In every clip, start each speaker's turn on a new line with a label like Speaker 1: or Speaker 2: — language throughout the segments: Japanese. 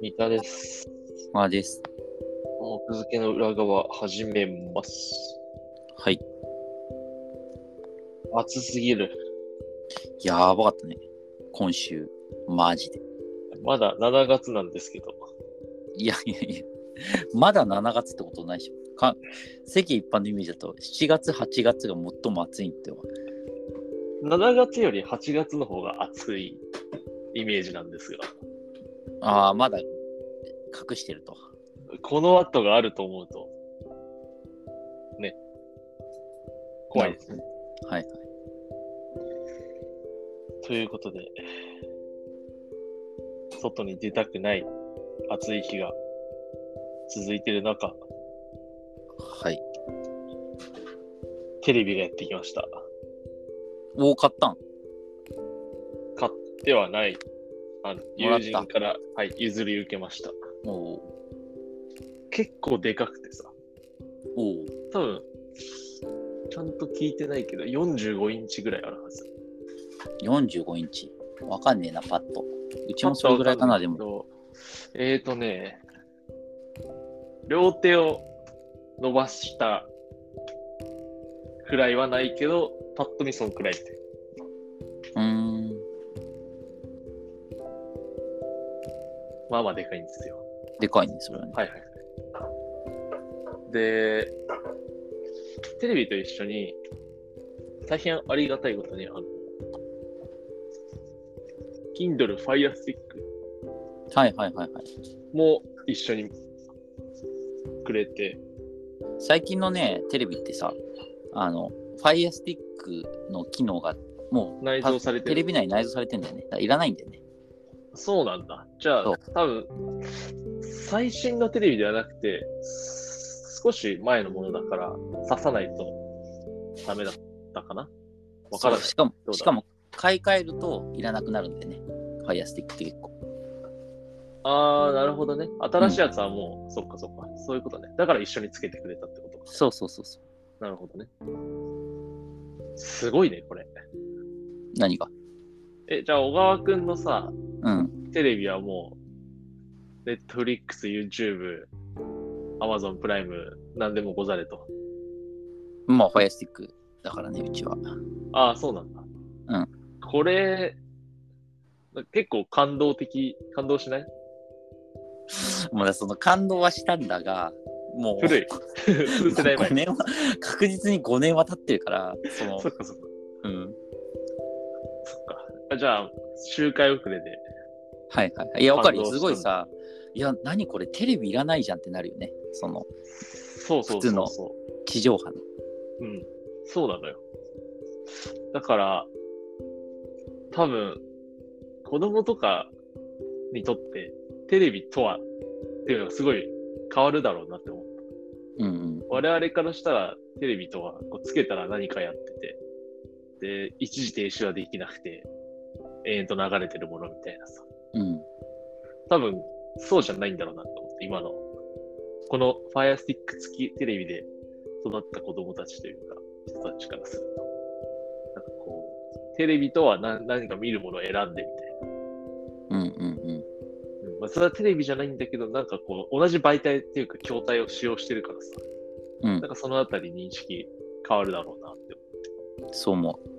Speaker 1: 三田です。
Speaker 2: まあです。
Speaker 1: 奥付けの裏側始めます。
Speaker 2: はい。
Speaker 1: 暑すぎる。
Speaker 2: やばかったね。今週。マジで。
Speaker 1: まだ7月なんですけど。
Speaker 2: いやいやいや。まだ7月ってことないでしょ。か世間一般のイメージだと、7月、8月が最も暑いっては。
Speaker 1: 7月より8月の方が暑いイメージなんですが、
Speaker 2: ああ、まだ隠してると。
Speaker 1: この後があると思うと、ね。怖いですね。
Speaker 2: はい。
Speaker 1: ということで、外に出たくない暑い日が続いてる中、
Speaker 2: はい。
Speaker 1: テレビがやってきました。
Speaker 2: 多かったん。
Speaker 1: 買ってはない。あの
Speaker 2: もら
Speaker 1: 友
Speaker 2: った
Speaker 1: 人から、はい、譲り受けました。
Speaker 2: おお
Speaker 1: 結構でかくてさ、
Speaker 2: おう
Speaker 1: 多分ちゃんと聞いてないけど、45インチぐらいあるはず。
Speaker 2: 45インチ。わかんねえな、パッと。うちもそれぐらいかな、でも。
Speaker 1: も。えーとね、両手を伸ばしたくらいはないけど、パッと見そんくらいって。
Speaker 2: うーん。
Speaker 1: まあまあでかいんですよ。
Speaker 2: でかいね、それはね。
Speaker 1: はいはいはい。で、テレビと一緒に、大変ありがたいことに、あの、Kindle Fire Stick
Speaker 2: はいはいはいはい。
Speaker 1: も一緒にくれて、
Speaker 2: 最近のね、テレビってさ、あの、Fire Stick の機能がもう
Speaker 1: 内蔵されて
Speaker 2: テレ
Speaker 1: る。
Speaker 2: ビ内に内蔵されてんだよね。だからいらないんだよね。
Speaker 1: そうなんだ。じゃあ
Speaker 2: そう、
Speaker 1: 多分、最新のテレビではなくて、少し前のものだから、刺さないとダメだったかなわからない
Speaker 2: そうし。かも
Speaker 1: どうだ、
Speaker 2: しかも買い替えるといらなくなるんだよね。ファイアスティックって結構。
Speaker 1: ああ、なるほどね。新しいやつはもう、そっかそっか。そういうことね。だから一緒につけてくれたってことか。
Speaker 2: そうそうそうそう。
Speaker 1: なるほどね。すごいね、これ。
Speaker 2: 何が
Speaker 1: え、じゃあ、小川くんのさ、
Speaker 2: うん。
Speaker 1: テレビはもう、ネットフリックス、YouTube、Amazon プライム、なんでもござれと。
Speaker 2: まあ、ファイアスティックだからね、うちは。
Speaker 1: ああ、そうなんだ。
Speaker 2: うん。
Speaker 1: これ、結構感動的、感動しない
Speaker 2: もうだその感動はしたんだが、もう、
Speaker 1: 古い。 数世代前
Speaker 2: 5。年は、確実に5年は経ってるから、その
Speaker 1: そ、っかそっか。
Speaker 2: うん。
Speaker 1: そっかあ。じゃあ、周回遅れで。
Speaker 2: はいはいはい。いや、わかるよ。
Speaker 1: 感動
Speaker 2: す
Speaker 1: したん
Speaker 2: ご
Speaker 1: だ
Speaker 2: いさ、いや、何これ、テレビいらないじゃんってなるよね。その、
Speaker 1: そうそう
Speaker 2: 普通
Speaker 1: そ
Speaker 2: の
Speaker 1: うそう。
Speaker 2: 地上波の。
Speaker 1: うん、そうなのよ。だから、多分、子供とかにとって、テレビとはっていうのがすごい変わるだろうなって思う。
Speaker 2: うんうん。
Speaker 1: 我々からしたら、テレビとは、こうつけたら何かやってて、で、一時停止はできなくて、延々と流れてるものみたいなさ。
Speaker 2: うん。
Speaker 1: 多分、そうじゃないんだろうなと思って、今の。この Fire Stick 付きテレビで育った子供たちというか、人たちからすると。なんかこう、テレビとは何何か見るものを選んでみたい
Speaker 2: うんうんうん。
Speaker 1: な。うんまあ、それはテレビじゃないんだけど、なんかこう、同じ媒体っていうか、筐体を使用してるからさ、
Speaker 2: うん
Speaker 1: なんかそのあたり認識変わるだろうなって
Speaker 2: そう思う。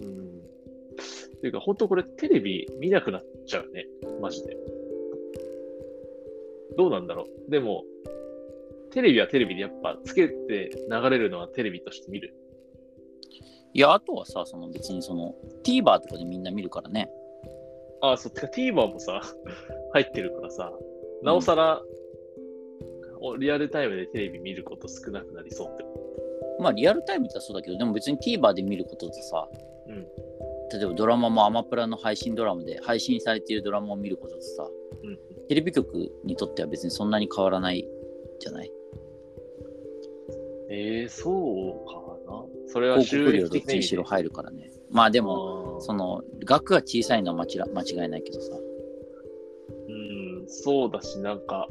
Speaker 1: 思う。うん。っていうか、本当これテレビ見なくなっちゃうね。マジで。どうなんだろう。でも、テレビはテレビでやっぱつけて流れるのはテレビとして見る。
Speaker 2: いや、あとはさ、その別にその、TVer とかでみんな見るからね。
Speaker 1: ああ、そう、てか TVer もさ、 入ってるからさ、なおさら、おリアルタイムでテレビ見ること少なくなりそうって。
Speaker 2: まあリアルタイムだそうだけど、でも別に TVer で見ることとさ、
Speaker 1: うん
Speaker 2: 例えばドラマもアマプラの配信ドラマで配信されているドラマを見ることとさ、
Speaker 1: うん
Speaker 2: テレビ局にとっては別にそんなに変わらないじゃない
Speaker 1: ええそうかな。それは
Speaker 2: 広
Speaker 1: 収
Speaker 2: 告料
Speaker 1: 益
Speaker 2: どっ
Speaker 1: 的な
Speaker 2: ち
Speaker 1: 意
Speaker 2: に
Speaker 1: 味
Speaker 2: し
Speaker 1: で
Speaker 2: ろ。入るからね。まあでも、
Speaker 1: あー
Speaker 2: その額が小さいのは間違間違いないけどさ。
Speaker 1: うん、そうだし、なんか、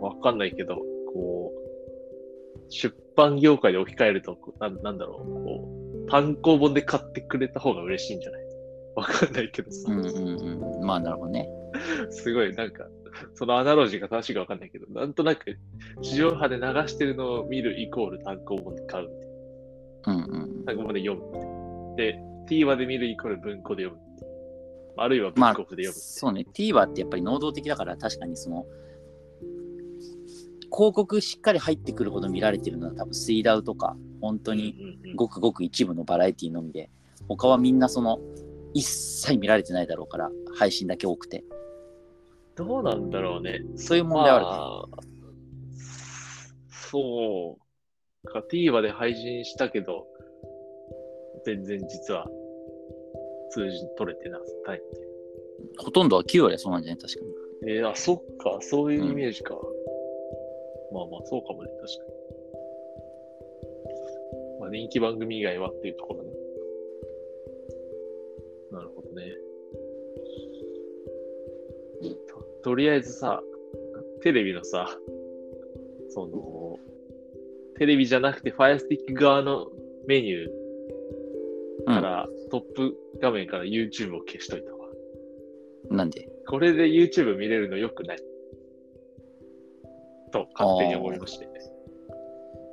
Speaker 1: わかんないけど、こう、出般業界で置き換えると、こうなんなんだろう、こう、単行本で買ってくれた方が嬉しいんじゃないわかんないけどさ、
Speaker 2: うんうんうん。まあ、なるほどね。
Speaker 1: すごいなんか、そのアナロジーが正しいかわかんないけど、なんとなく地上波で流してるのを見るイコール単行本で買うみたい
Speaker 2: うんうん
Speaker 1: な。。単行本で読むみたいな。で、TVer で見るイコール文庫で読むみたいな。あるいは文
Speaker 2: まあ
Speaker 1: 庫で読む。、
Speaker 2: そうね。TVer ってやっぱり能動的だから、確かにその、広告しっかり入ってくるほど見られてるのは多分、スイダウとか、本当に
Speaker 1: うんうんうん
Speaker 2: ごくごく一部のバラエティのみで、他はみんなその、一切見られてないだろうから、配信だけ多くて。
Speaker 1: どうなんだろうね。
Speaker 2: そういう問題はあるね。
Speaker 1: まあそうか、TVer で配信したけど、全然実は通じ取れてなさいみたいな。
Speaker 2: ほとんどは9割はそうなんじゃない確かに。
Speaker 1: えー、あ、そっか、そういうイメージか。まあまあ、そうかもね、確かに。まあ、人気番組以外はっていうところね。なるほどね。ととりあえずさ、テレビのさ、その、テレビじゃなくて、ファイアスティック側のメニュー
Speaker 2: うん
Speaker 1: から、トップ画面から YouTube を消しといたわ。
Speaker 2: なんで
Speaker 1: これで YouTube 見れるの良くないと勝手に思いまして。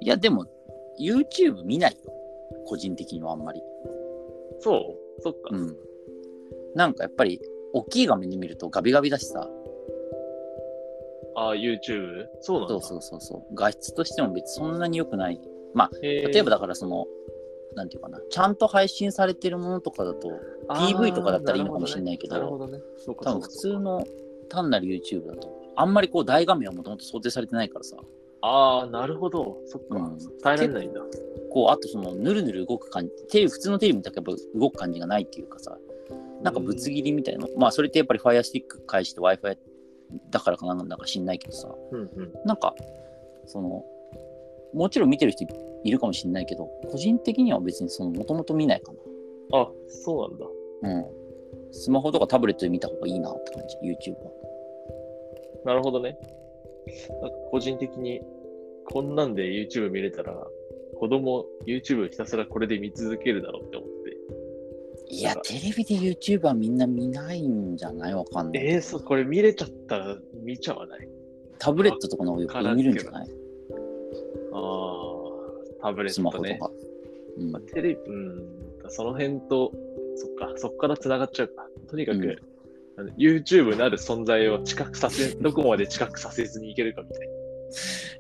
Speaker 2: いや、でも、YouTube 見ないよ。個人的にはあんまり。
Speaker 1: そうそっか。
Speaker 2: うん。なんかやっぱり、大きい画面で見るとガビガビだしさ。
Speaker 1: ああ、YouTube? そうなんだ。
Speaker 2: そうそうそうそう。画質としても別にそんなに良くない。
Speaker 1: へー
Speaker 2: 例えばだからその、なんていうかな、ちゃんと配信されてるものとかだと、
Speaker 1: あー
Speaker 2: PV とかだったらいいのかもしれないけど
Speaker 1: なるほどね。なるほどねそうか
Speaker 2: 多
Speaker 1: そ
Speaker 2: 分
Speaker 1: うか
Speaker 2: 普
Speaker 1: そう
Speaker 2: 通
Speaker 1: か
Speaker 2: の単なる YouTube だと、あんまりこう大画面はもともと想定されてないからさ。
Speaker 1: ああ、なるほど。そっか。
Speaker 2: うん
Speaker 1: 耐えられないんだ。
Speaker 2: こう、あとその、ぬるぬる動く感じ、テレビ、普通のテレビみたいにやっぱ動く感じがないっていうかさ、なんかぶつ切りみたいな、まあそれってやっぱり Fire Stick 返して Wi-Fi だからかななんだか知んないけどさ、
Speaker 1: うんうん。
Speaker 2: なんか、その、もちろん見てる人いるかもしんないけど、個人的には別にその、もともと見ないか
Speaker 1: あ、そうなんだ。
Speaker 2: な。うん。スマホとかタブレットで見た方がいいなって感じ、YouTube は。
Speaker 1: なるほどね。なんか個人的に、こんなんで YouTube 見れたら、子供 YouTube ひたすらこれで見続けるだろうって思って。
Speaker 2: いや
Speaker 1: なん、か
Speaker 2: テレビで YouTube はみんな見ないんじゃないわかんない。
Speaker 1: えー、そう、これ見れちゃったら見ちゃわない。
Speaker 2: タブレットとかの方がよく見るんじゃない
Speaker 1: ああ、タブレ
Speaker 2: ス
Speaker 1: ッ
Speaker 2: マ
Speaker 1: ト
Speaker 2: ホと
Speaker 1: ね。
Speaker 2: か。うん
Speaker 1: まあ、テレビ、うん、その辺と、そっか、そっから繋がっちゃうか。とにかく、
Speaker 2: うん
Speaker 1: あの YouTube なる存在を近くさせ、どこまで近くさせずにいけるかみたい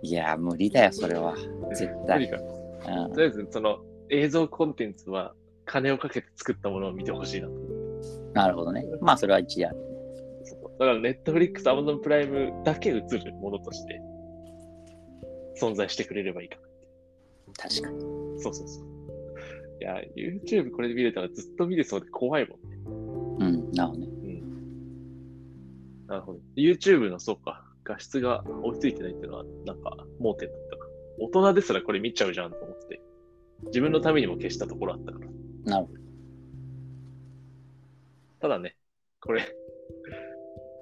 Speaker 2: いや、無理だよ、それは。
Speaker 1: な。
Speaker 2: 絶
Speaker 1: とに
Speaker 2: 対。
Speaker 1: かく、
Speaker 2: うん
Speaker 1: とりあえず、その映像コンテンツは、金をかけて作ったものを見てほしいなと。
Speaker 2: なるほどね。まあ、それは一理ある。
Speaker 1: そこだから、ネットフリックス、アマゾンプライムだけ映るものとして、存在してくれればいいかな。
Speaker 2: 確かに。
Speaker 1: そうそうそう。いや、YouTube これで見れたらずっと見てそうで怖いもん。
Speaker 2: うん、なるほどね。
Speaker 1: なるほど。YouTube の、そうか、画質が追いついてないっていうのは、なんか、盲点だったな。大人ですらこれ見ちゃうじゃんと思って。自分のためにも消したところあったから。
Speaker 2: なるほど。
Speaker 1: ただね、これ、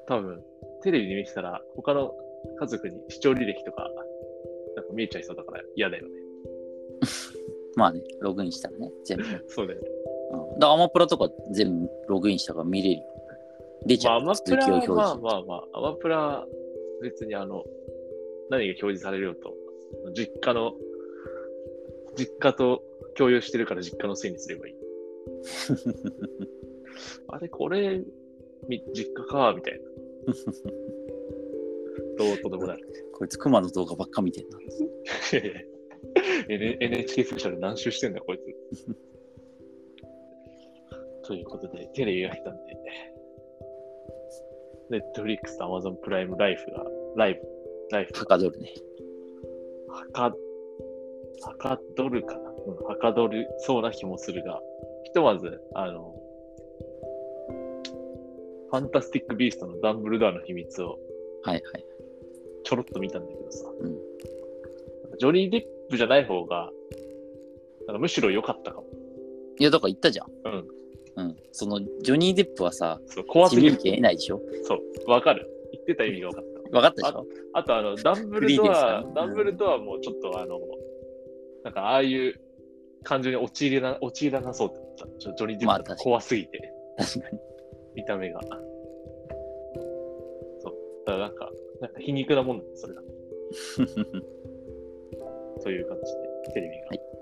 Speaker 1: 多分、テレビで見てたら、他の家族に視聴履歴とか、なんか見えちゃいそうだから嫌だよね。
Speaker 2: まあね、ログインしたらね、全部。
Speaker 1: そうだよね。
Speaker 2: うん、だアマプラとか全部ログインしたから見れるよ。出ち
Speaker 1: まあ、
Speaker 2: ゃ
Speaker 1: ア
Speaker 2: う。
Speaker 1: マプラ
Speaker 2: 続
Speaker 1: は
Speaker 2: きを
Speaker 1: まあ
Speaker 2: 表
Speaker 1: まあまあ、アマプラ、別にあの、何が表示されるようと、実家の、実家と共有してるから実家のせいにすればいい。あれ、これ、み実家か、みたいな。どうとでもなる。
Speaker 2: 示。こいつ、クマの動画ばっか見てんな。
Speaker 1: N- NHK スペシャル何周してんだよ、こいつ。ということで、テレビが来たんで、ネットフリックスと Amazon プライムライフが、ライブ、ライフ
Speaker 2: はかどるね。
Speaker 1: はか、はかどるかな、うん、はかどるそうな気もするが、ひとまず、あの、ファンタスティック・ビーストのダンブルドアの秘密を
Speaker 2: はいはい。
Speaker 1: ちょろっと見たんだけどさ、
Speaker 2: うん
Speaker 1: ジョニー・デップじゃない方が、なんかむしろ良かったかも。
Speaker 2: いや、だから言ったじゃん。
Speaker 1: うん。
Speaker 2: うん。その、ジョニー・デップはさ、
Speaker 1: そう怖す
Speaker 2: 自
Speaker 1: ぎ
Speaker 2: 分
Speaker 1: る。
Speaker 2: 権得ないでしょ
Speaker 1: そう、わかる。言ってた意味が分かった。
Speaker 2: 分かったでしょ
Speaker 1: あと、あの、ダンブルド
Speaker 2: フリー
Speaker 1: ア、
Speaker 2: ですからね
Speaker 1: ダンブルドアもちょっと、あの、なんかああいう感情に陥れな、陥らなそうって思った。ちょジョニー・ディ
Speaker 2: まあ
Speaker 1: ップ
Speaker 2: 確かに
Speaker 1: 怖すぎて、
Speaker 2: 確かに。
Speaker 1: 見た目が。そう。だからなんか、なん か皮肉なもんだね、それが。という感じで、テレビが
Speaker 2: はい